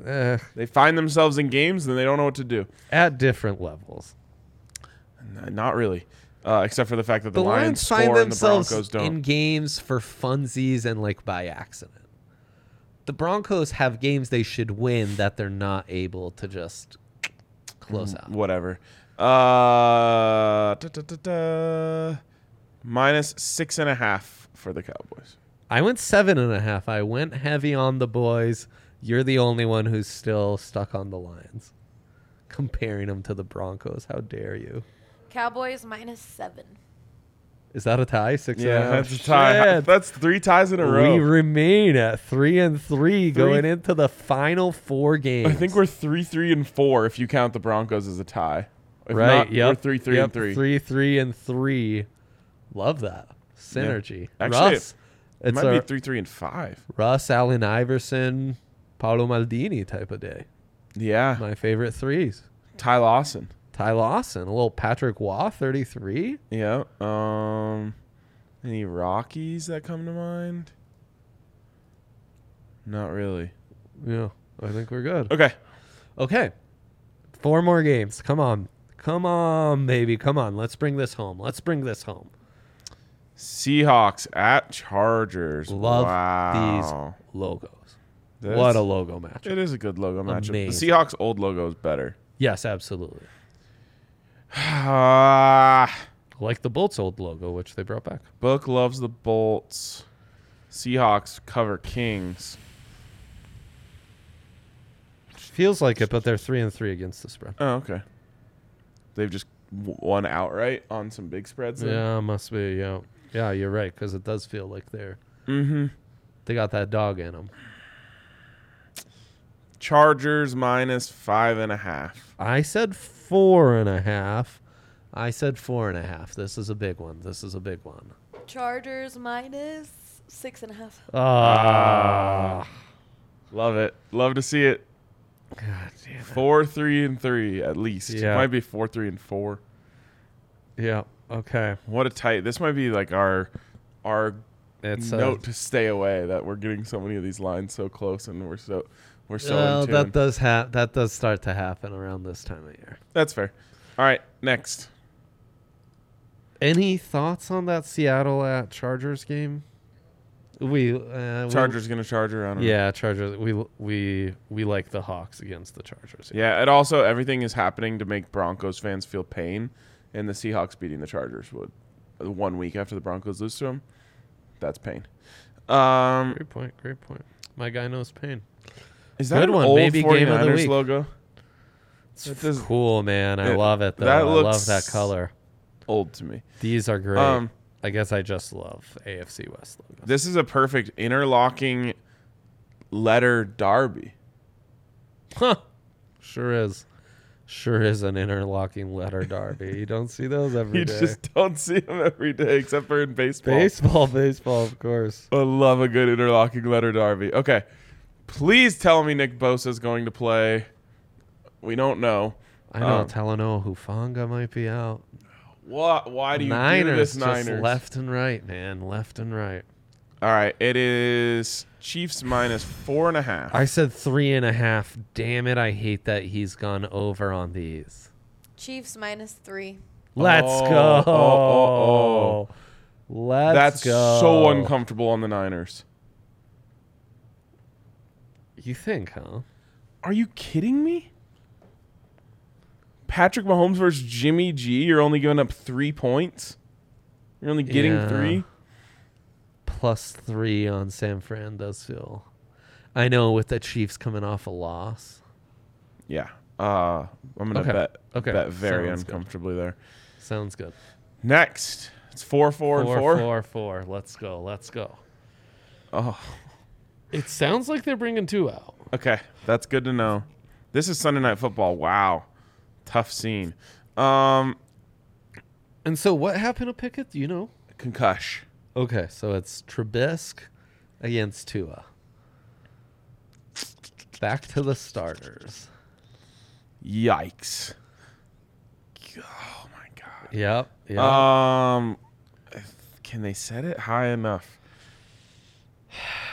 Speaker 2: Eh,
Speaker 1: They find themselves in games and they don't know what to do.
Speaker 2: at different levels.
Speaker 1: N- Not really, uh, except for the fact that the,
Speaker 2: the
Speaker 1: Lions,
Speaker 2: Lions
Speaker 1: score
Speaker 2: find
Speaker 1: and the
Speaker 2: themselves
Speaker 1: Broncos don't.
Speaker 2: in games for funsies and like by accident. The Broncos have games they should win that they're not able to just close
Speaker 1: Mm.
Speaker 2: out.
Speaker 1: Whatever. Uh, da, da, da, da. Minus six and a half for the Cowboys.
Speaker 2: I went seven and a half. I went heavy on the boys. You're the only one who's still stuck on the Lions, comparing them to the Broncos. How dare you?
Speaker 3: Cowboys minus seven.
Speaker 2: Is that a tie? Six. and a half?
Speaker 1: that's a tie.
Speaker 2: Shit.
Speaker 1: That's three ties in a row.
Speaker 2: We remain at three and three, going
Speaker 1: Three-
Speaker 2: into the final four games.
Speaker 1: I think we're three, three, and four if you count the Broncos as a tie. If
Speaker 2: right.
Speaker 1: Not,
Speaker 2: yep.
Speaker 1: We're three, three,
Speaker 2: yep,
Speaker 1: and three.
Speaker 2: Three, three, and three. Love that synergy.
Speaker 1: Actually,
Speaker 2: Russ,
Speaker 1: It
Speaker 2: it's
Speaker 1: might
Speaker 2: a
Speaker 1: be three, three, and five.
Speaker 2: Russ Allen Iverson, Paolo Maldini type of day.
Speaker 1: Yeah.
Speaker 2: My favorite threes.
Speaker 1: Ty Lawson.
Speaker 2: Ty Lawson, a little Patrick Waugh, thirty-three.
Speaker 1: Yeah. Um, any Rockies that come to mind? Not really.
Speaker 2: Yeah, I think we're good.
Speaker 1: Okay.
Speaker 2: Okay. Four more games. Come on. Come on, baby. Come on. Let's bring this home. Let's bring this home.
Speaker 1: Seahawks at Chargers.
Speaker 2: Love
Speaker 1: wow.
Speaker 2: these logos.
Speaker 1: This-
Speaker 2: what a logo match.
Speaker 1: It is a good logo matchup.
Speaker 2: Amazing.
Speaker 1: The Seahawks old logo is better.
Speaker 2: Yes, absolutely.
Speaker 1: Ah,
Speaker 2: Like the Bolts old logo, which they brought back.
Speaker 1: Book loves the Bolts. Seahawks cover Kings.
Speaker 2: Feels like it, but they're three and three against the spread.
Speaker 1: Oh, okay. They've just w- won outright on some big spreads. then?
Speaker 2: Yeah, must be. Yeah, yeah, you're right because it does feel like they're Mm-hmm.
Speaker 1: Mhm.
Speaker 2: they got that dog in them.
Speaker 1: Chargers minus five and a half.
Speaker 2: I said four and a half. I said four and a half. This is a big one. This is a big one.
Speaker 3: Chargers minus six and a half.
Speaker 2: Ah,
Speaker 1: Love it. Love to see it.
Speaker 2: God damn.
Speaker 1: Four, three, and three at least.
Speaker 2: Yeah.
Speaker 1: Might be four, three, and four.
Speaker 2: Yeah. Okay.
Speaker 1: What a tight. This might be like our our
Speaker 2: It's uh,
Speaker 1: note to stay away that we're getting so many of these lines so close and we're so we're
Speaker 2: A,
Speaker 1: so
Speaker 2: well,
Speaker 1: in tune.
Speaker 2: that does ha- that does start to happen around this time of year.
Speaker 1: That's fair. All right, next.
Speaker 2: Any thoughts on that Seattle at Chargers game? We uh, we-
Speaker 1: Chargers gonna charge her. I don't know.
Speaker 2: Yeah, Chargers. We we we like the Hawks against the Chargers.
Speaker 1: Yeah, and also everything is happening to make Broncos fans feel pain, and the Seahawks beating the Chargers would uh, one week after the Broncos lose to them. That's pain. Um,
Speaker 2: Great point. Great point. My guy knows pain.
Speaker 1: is that
Speaker 2: Good
Speaker 1: an
Speaker 2: one.
Speaker 1: old
Speaker 2: Maybe game of the
Speaker 1: 49ers
Speaker 2: week.
Speaker 1: logo?
Speaker 2: It's
Speaker 1: That does-
Speaker 2: cool, man. I
Speaker 1: it-
Speaker 2: love it though.
Speaker 1: that
Speaker 2: I love
Speaker 1: looks-
Speaker 2: that color.
Speaker 1: Old to me.
Speaker 2: These are great.
Speaker 1: Um,
Speaker 2: I guess I just love AFC West logo.
Speaker 1: This is a perfect interlocking letter derby.
Speaker 2: Huh. Sure is. Sure is an interlocking letter derby. you don't see those
Speaker 1: [laughs]
Speaker 2: every
Speaker 1: you
Speaker 2: day.
Speaker 1: just don't see them every day except for in baseball.
Speaker 2: [laughs] baseball, baseball, of course.
Speaker 1: I love a good interlocking letter derby. Okay. Please tell me Nick Bosa is going to play. We don't know.
Speaker 2: I know
Speaker 1: Um,
Speaker 2: Talanoa Hufanga might be out.
Speaker 1: What? Why do you do
Speaker 2: Niners,
Speaker 1: this, Niners?
Speaker 2: just left and right, man. Left and right.
Speaker 1: All right, it is Chiefs minus four and a half.
Speaker 2: I said three and a half. Damn it! I hate that he's gone over on these.
Speaker 3: Chiefs minus three.
Speaker 2: Let's
Speaker 1: Oh,
Speaker 2: go.
Speaker 1: oh, oh,
Speaker 2: Let's
Speaker 1: That's
Speaker 2: go.
Speaker 1: so uncomfortable on the Niners.
Speaker 2: You think, huh?
Speaker 1: Are you kidding me? Patrick Mahomes versus Jimmy G. You're only giving up three points. You're only getting
Speaker 2: Yeah.
Speaker 1: three.
Speaker 2: Plus three on San Fran does feel. I know with the Chiefs coming off a loss.
Speaker 1: Yeah, Uh, I'm gonna
Speaker 2: Okay.
Speaker 1: bet
Speaker 2: Okay.
Speaker 1: bet very
Speaker 2: Sounds good.
Speaker 1: uncomfortably there.
Speaker 2: Sounds good.
Speaker 1: Next, it's four four and four.
Speaker 2: four, four. Let's go. Let's go.
Speaker 1: Oh,
Speaker 2: It sounds like they're bringing two out.
Speaker 1: okay, that's good to know. This is Sunday night football. Wow, tough scene. Um,
Speaker 2: And so what happened to Pickett? Do you know?
Speaker 1: concush.
Speaker 2: Okay, so it's Trubisky against Tua. Back to the starters.
Speaker 1: Yikes. Oh my god.
Speaker 2: Yep. Yep.
Speaker 1: Um, can they set it high enough?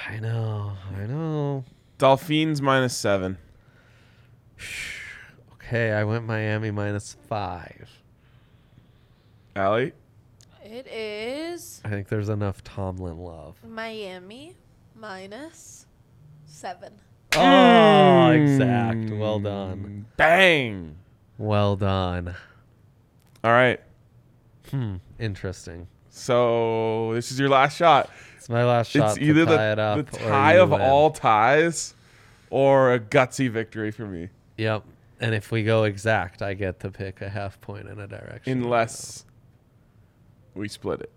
Speaker 2: I know. I know. [sighs]
Speaker 1: Dolphins minus seven.
Speaker 2: Okay, I went Miami minus five.
Speaker 1: Allie,
Speaker 3: It is
Speaker 2: I think there's enough Tomlin love.
Speaker 3: Miami minus seven.
Speaker 2: Oh, exact. Well done.
Speaker 1: bang.
Speaker 2: Well done.
Speaker 1: All right.
Speaker 2: Hmm. Interesting.
Speaker 1: So this is your last shot.
Speaker 2: It's my last shot.
Speaker 1: it's either
Speaker 2: to tie
Speaker 1: the,
Speaker 2: it up
Speaker 1: the
Speaker 2: or
Speaker 1: tie
Speaker 2: you
Speaker 1: of
Speaker 2: win.
Speaker 1: all ties or a gutsy victory for me.
Speaker 2: Yep. And if we go exact, I get to pick a half point in a direction.
Speaker 1: Unless we split it.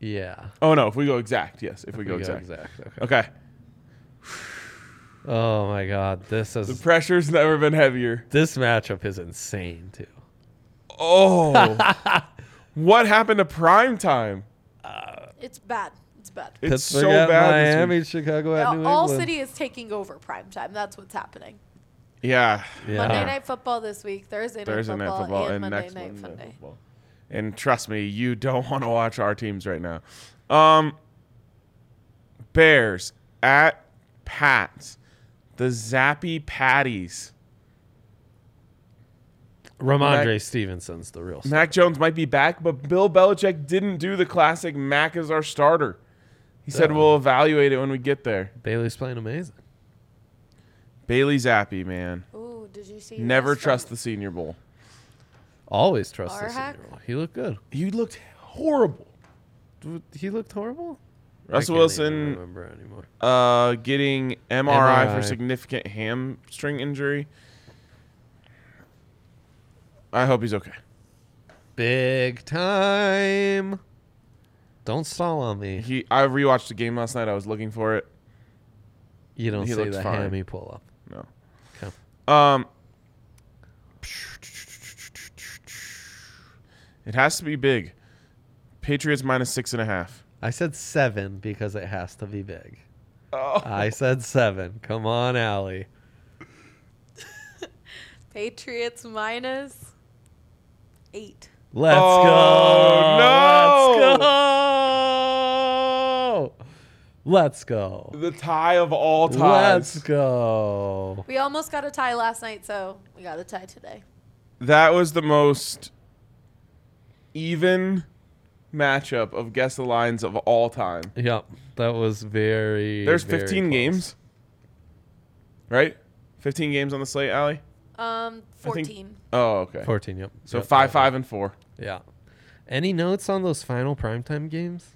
Speaker 2: Yeah.
Speaker 1: Oh no, if we go exact, yes. If, we, go, exact.
Speaker 2: Okay.
Speaker 1: Okay.
Speaker 2: Oh my God, this
Speaker 1: The
Speaker 2: is
Speaker 1: pressure's never been heavier.
Speaker 2: this matchup is insane too.
Speaker 1: Oh.
Speaker 2: [laughs]
Speaker 1: what happened to prime time?
Speaker 3: It's bad. It's bad.
Speaker 1: It's so bad. this
Speaker 2: Miami,
Speaker 1: week.
Speaker 2: Chicago at
Speaker 3: Now,
Speaker 2: New
Speaker 3: all
Speaker 2: England.
Speaker 3: city is taking over primetime. That's what's happening.
Speaker 1: Yeah.
Speaker 2: Yeah.
Speaker 3: Monday night football this week, Thursday night,
Speaker 1: Thursday
Speaker 3: football,
Speaker 1: night football
Speaker 3: and,
Speaker 1: and,
Speaker 3: Monday
Speaker 1: next
Speaker 3: night
Speaker 1: Monday Night
Speaker 3: Sunday.
Speaker 1: football. And trust me, you don't [laughs] want to watch our teams right now. Um, Bears at Pats, the Zappy Patties.
Speaker 2: Ramondre
Speaker 1: Mac-
Speaker 2: Stevenson's the real.
Speaker 1: Mac Jones might be back, but Bill Belichick didn't do the classic Mac is our starter. He said
Speaker 2: Duh.
Speaker 1: we'll evaluate it when we get there.
Speaker 2: Bailey's playing amazing.
Speaker 1: Bailey Zappy, man.
Speaker 3: Ooh, did you see?
Speaker 1: Never
Speaker 3: this from-
Speaker 1: trust the Senior Bowl.
Speaker 2: Always trust this.
Speaker 3: Arhack?
Speaker 2: Senior Bowl. He looked good.
Speaker 1: He looked horrible.
Speaker 2: D- He looked horrible. I
Speaker 1: Russell
Speaker 2: can't even
Speaker 1: Wilson
Speaker 2: Remember anymore?
Speaker 1: uh, getting MRI, for
Speaker 2: MRI.
Speaker 1: significant hamstring injury. I hope he's okay.
Speaker 2: Big time. Don't stall on me.
Speaker 1: He, I rewatched the game last night. I was looking for it.
Speaker 2: You don't
Speaker 1: he
Speaker 2: see
Speaker 1: looks
Speaker 2: the
Speaker 1: fine.
Speaker 2: hammy pull up.
Speaker 1: No.
Speaker 2: Okay.
Speaker 1: Um. It has to be big. Patriots minus six and a half.
Speaker 2: I said seven because it has to be big.
Speaker 1: Oh.
Speaker 2: I said seven. Come on, Allie.
Speaker 3: Patriots minus eight.
Speaker 2: Let's
Speaker 1: Oh,
Speaker 2: go. Let's go.
Speaker 1: The tie of all
Speaker 2: Let's go. Let's
Speaker 1: ties.
Speaker 2: go.
Speaker 3: We almost got a tie last night, so we got a tie today.
Speaker 1: That was the most even matchup of guess the lines of all time.
Speaker 2: Yep. That was very.
Speaker 1: There's
Speaker 2: very
Speaker 1: 15
Speaker 2: close.
Speaker 1: games, right? 15 games on the slate, Allie.
Speaker 3: Um,
Speaker 1: I think-
Speaker 3: fourteen.
Speaker 1: Oh, okay.
Speaker 2: 14, yep.
Speaker 1: So
Speaker 2: Yep,
Speaker 1: five,
Speaker 2: yep,
Speaker 1: five, and four.
Speaker 2: Yeah. Any notes on those final primetime games?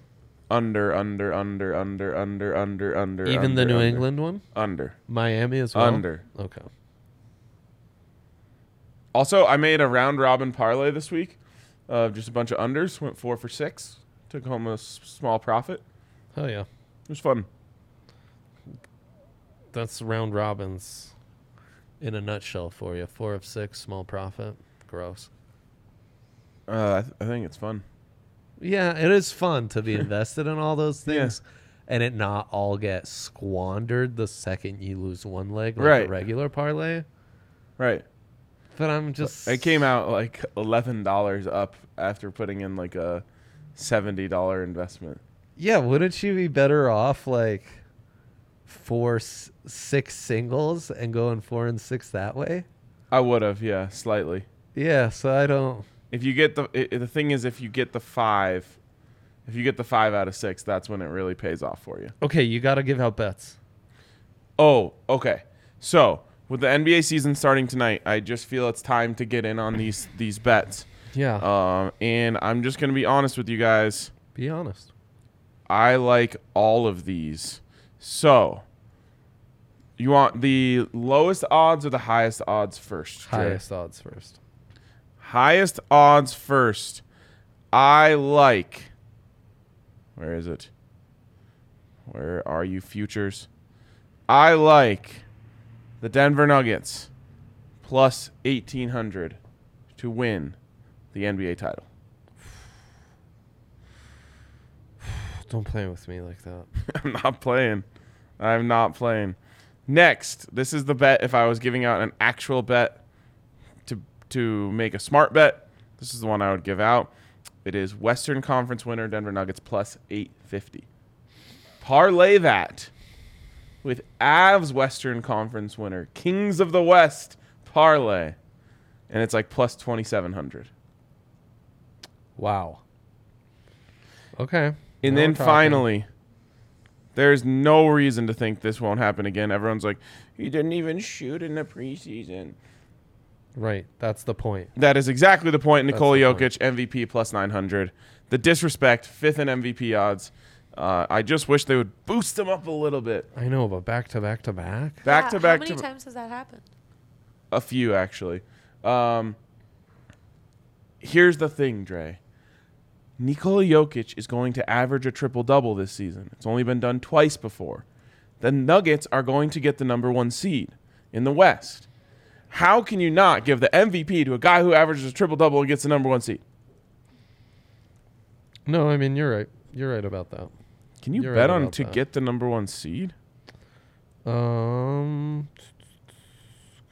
Speaker 1: Under, under, under, under, under, under, under.
Speaker 2: Even
Speaker 1: under,
Speaker 2: the New
Speaker 1: under.
Speaker 2: England one?
Speaker 1: Under.
Speaker 2: Miami as well?
Speaker 1: Under.
Speaker 2: Okay.
Speaker 1: Also, I made a round robin parlay this week of just a bunch of unders. Went four for six. Took home a s- small profit.
Speaker 2: Oh, yeah.
Speaker 1: It was fun.
Speaker 2: That's round robins in a nutshell for you. Four of six, small profit. Gross.
Speaker 1: Uh, I, th- I think it's fun.
Speaker 2: Yeah, it is fun
Speaker 1: [laughs]
Speaker 2: to be invested in all those things and it not all get squandered the second you lose one leg like
Speaker 1: Right.
Speaker 2: a regular parlay.
Speaker 1: Right.
Speaker 2: But I'm just
Speaker 1: It came out like eleven dollars up after putting in like a seventy dollar investment.
Speaker 2: Yeah, wouldn't you be better off like four s- six singles and going four and six that way?
Speaker 1: I would have, yeah, slightly.
Speaker 2: Yeah, so I don't
Speaker 1: If you get the i the thing is, if you get the five, if you get the five out of six, that's when it really pays off for you.
Speaker 2: Okay, you got to give out bets.
Speaker 1: Oh, okay. So with the NBA season starting tonight, I just feel it's time to get in on these these bets.
Speaker 2: Yeah.
Speaker 1: Um, and I'm just gonna be honest with you guys.
Speaker 2: be honest.
Speaker 1: I like all of these. So You want the lowest odds or the highest odds first? Trey?
Speaker 2: Highest odds first.
Speaker 1: Highest odds first. I like. Where is it? Where are you, futures? I like the Denver Nuggets plus 1800 to win the NBA title.
Speaker 2: Don't play with me like that.
Speaker 1: [laughs] I'm not playing. I'm not playing. Next, this is the bet. If I was giving out an actual bet to to make a smart bet, this is the one I would give out. It is Western Conference winner Denver Nuggets plus 850. Parlay that with Avs Western Conference winner Kings of the West parlay, and it's like plus 2700.
Speaker 2: Wow. Okay.
Speaker 1: And
Speaker 2: now
Speaker 1: then
Speaker 2: we're talking.
Speaker 1: finally, there's no reason to think this won't happen again. Everyone's like, he didn't even shoot in the preseason.
Speaker 2: Right. That's the point.
Speaker 1: That is exactly the point. Nikola
Speaker 2: the point.
Speaker 1: Jokic, MVP plus 900. The disrespect, fifth in MVP odds. Uh, I just wish they would boost him up a little bit.
Speaker 2: I know, but back to back to back.
Speaker 1: Back
Speaker 3: Yeah,
Speaker 1: to back
Speaker 3: How
Speaker 1: to
Speaker 3: many times has that happened?
Speaker 1: a few, actually. Um, here's the thing, Dre. Nikola Jokic is going to average a triple double this season. It's only been done twice before. The Nuggets are going to get the number one seed in the West. How can you not give the MVP to a guy who averages a triple double and gets the number one seed?
Speaker 2: No, I mean you're right. You're right about that.
Speaker 1: Can you
Speaker 2: You're
Speaker 1: bet
Speaker 2: right
Speaker 1: on
Speaker 2: about
Speaker 1: to
Speaker 2: that.
Speaker 1: get the number one seed?
Speaker 2: Um,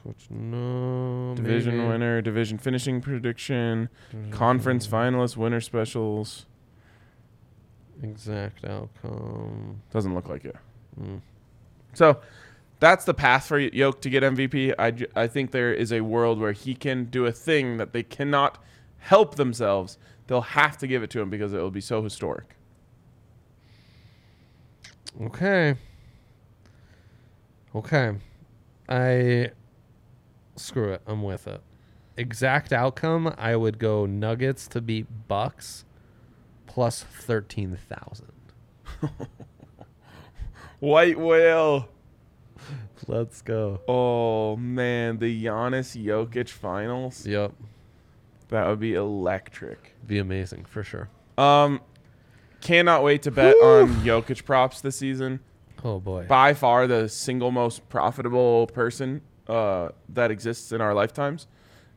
Speaker 2: coach, no
Speaker 1: Division
Speaker 2: maybe.
Speaker 1: winner, division finishing prediction, conference finalist, winner specials.
Speaker 2: exact outcome.
Speaker 1: Doesn't look like it.
Speaker 2: Mm.
Speaker 1: So that's the path for Yoke to get MVP. I, ju- I think there is a world where he can do a thing that they cannot help themselves. They'll have to give it to him because it will be so historic.
Speaker 2: Okay. Okay. I screw it. I'm with it. Exact outcome, I would go Nuggets to beat Bucks plus 13,000.
Speaker 1: White whale.
Speaker 2: Let's go.
Speaker 1: Oh man, the Giannis Jokic finals.
Speaker 2: Yep.
Speaker 1: That would be electric.
Speaker 2: Be amazing for sure.
Speaker 1: Um, cannot wait to bet on Jokic props this season.
Speaker 2: Oh boy.
Speaker 1: by far the single most profitable person uh, that exists in our lifetimes.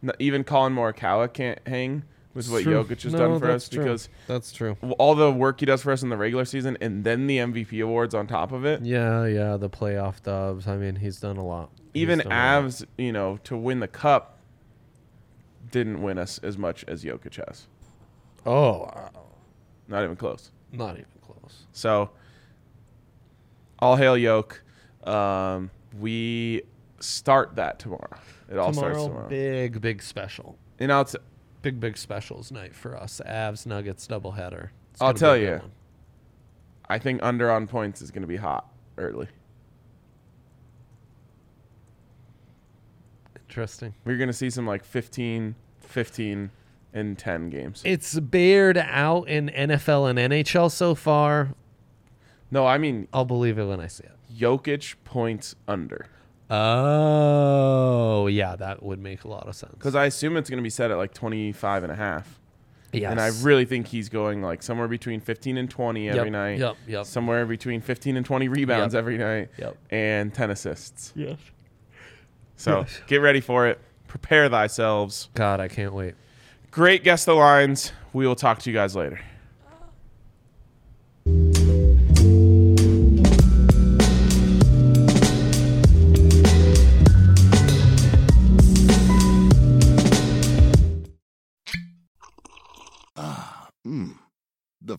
Speaker 1: N even Colin Morikawa can't hang with
Speaker 2: It's
Speaker 1: what
Speaker 2: true.
Speaker 1: Jokic has
Speaker 2: No,
Speaker 1: done for
Speaker 2: that's
Speaker 1: us
Speaker 2: true.
Speaker 1: because
Speaker 2: that's true.
Speaker 1: w- all the work he does for us in the regular season and then the MVP awards on top of it.
Speaker 2: Yeah, yeah, the playoff dubs. I mean, he's done a lot. He's
Speaker 1: even
Speaker 2: done a lot.
Speaker 1: Avs, you know, to win the cup didn't win us as much as Jokic has.
Speaker 2: Oh, uh,
Speaker 1: Not even close.
Speaker 2: not even close.
Speaker 1: So, all hail Yoke. Um, we start that tomorrow. It all starts
Speaker 2: tomorrow,
Speaker 1: tomorrow.
Speaker 2: big, big special.
Speaker 1: And I'll t-
Speaker 2: big big specials night for us. Avs Nuggets doubleheader. It's
Speaker 1: I'll
Speaker 2: gonna be a
Speaker 1: tell
Speaker 2: good
Speaker 1: you.
Speaker 2: one.
Speaker 1: I think under on points is going to be hot early.
Speaker 2: Interesting.
Speaker 1: We're going to see some like 15, 15, and 10 games.
Speaker 2: It's bared out in NFL and NHL so far.
Speaker 1: No, I mean
Speaker 2: I'll believe it when I see it.
Speaker 1: Jokic points under
Speaker 2: Oh yeah, that would make a lot of sense.
Speaker 1: because I assume it's going to be set at like 25 and a half.
Speaker 2: yes.
Speaker 1: And I really think he's going like somewhere between 15 and 20 every
Speaker 2: Yep,
Speaker 1: night.
Speaker 2: yep, yep.
Speaker 1: Somewhere between 15 and 20 rebounds
Speaker 2: Yep.
Speaker 1: every night
Speaker 2: Yep.
Speaker 1: and 10 assists.
Speaker 2: yes. [laughs]
Speaker 1: So
Speaker 2: Yes.
Speaker 1: get ready for it. Prepare thyselves.
Speaker 2: God, I can't wait.
Speaker 1: Great guess the lines. We will talk to you guys later.
Speaker 6: Mmm. The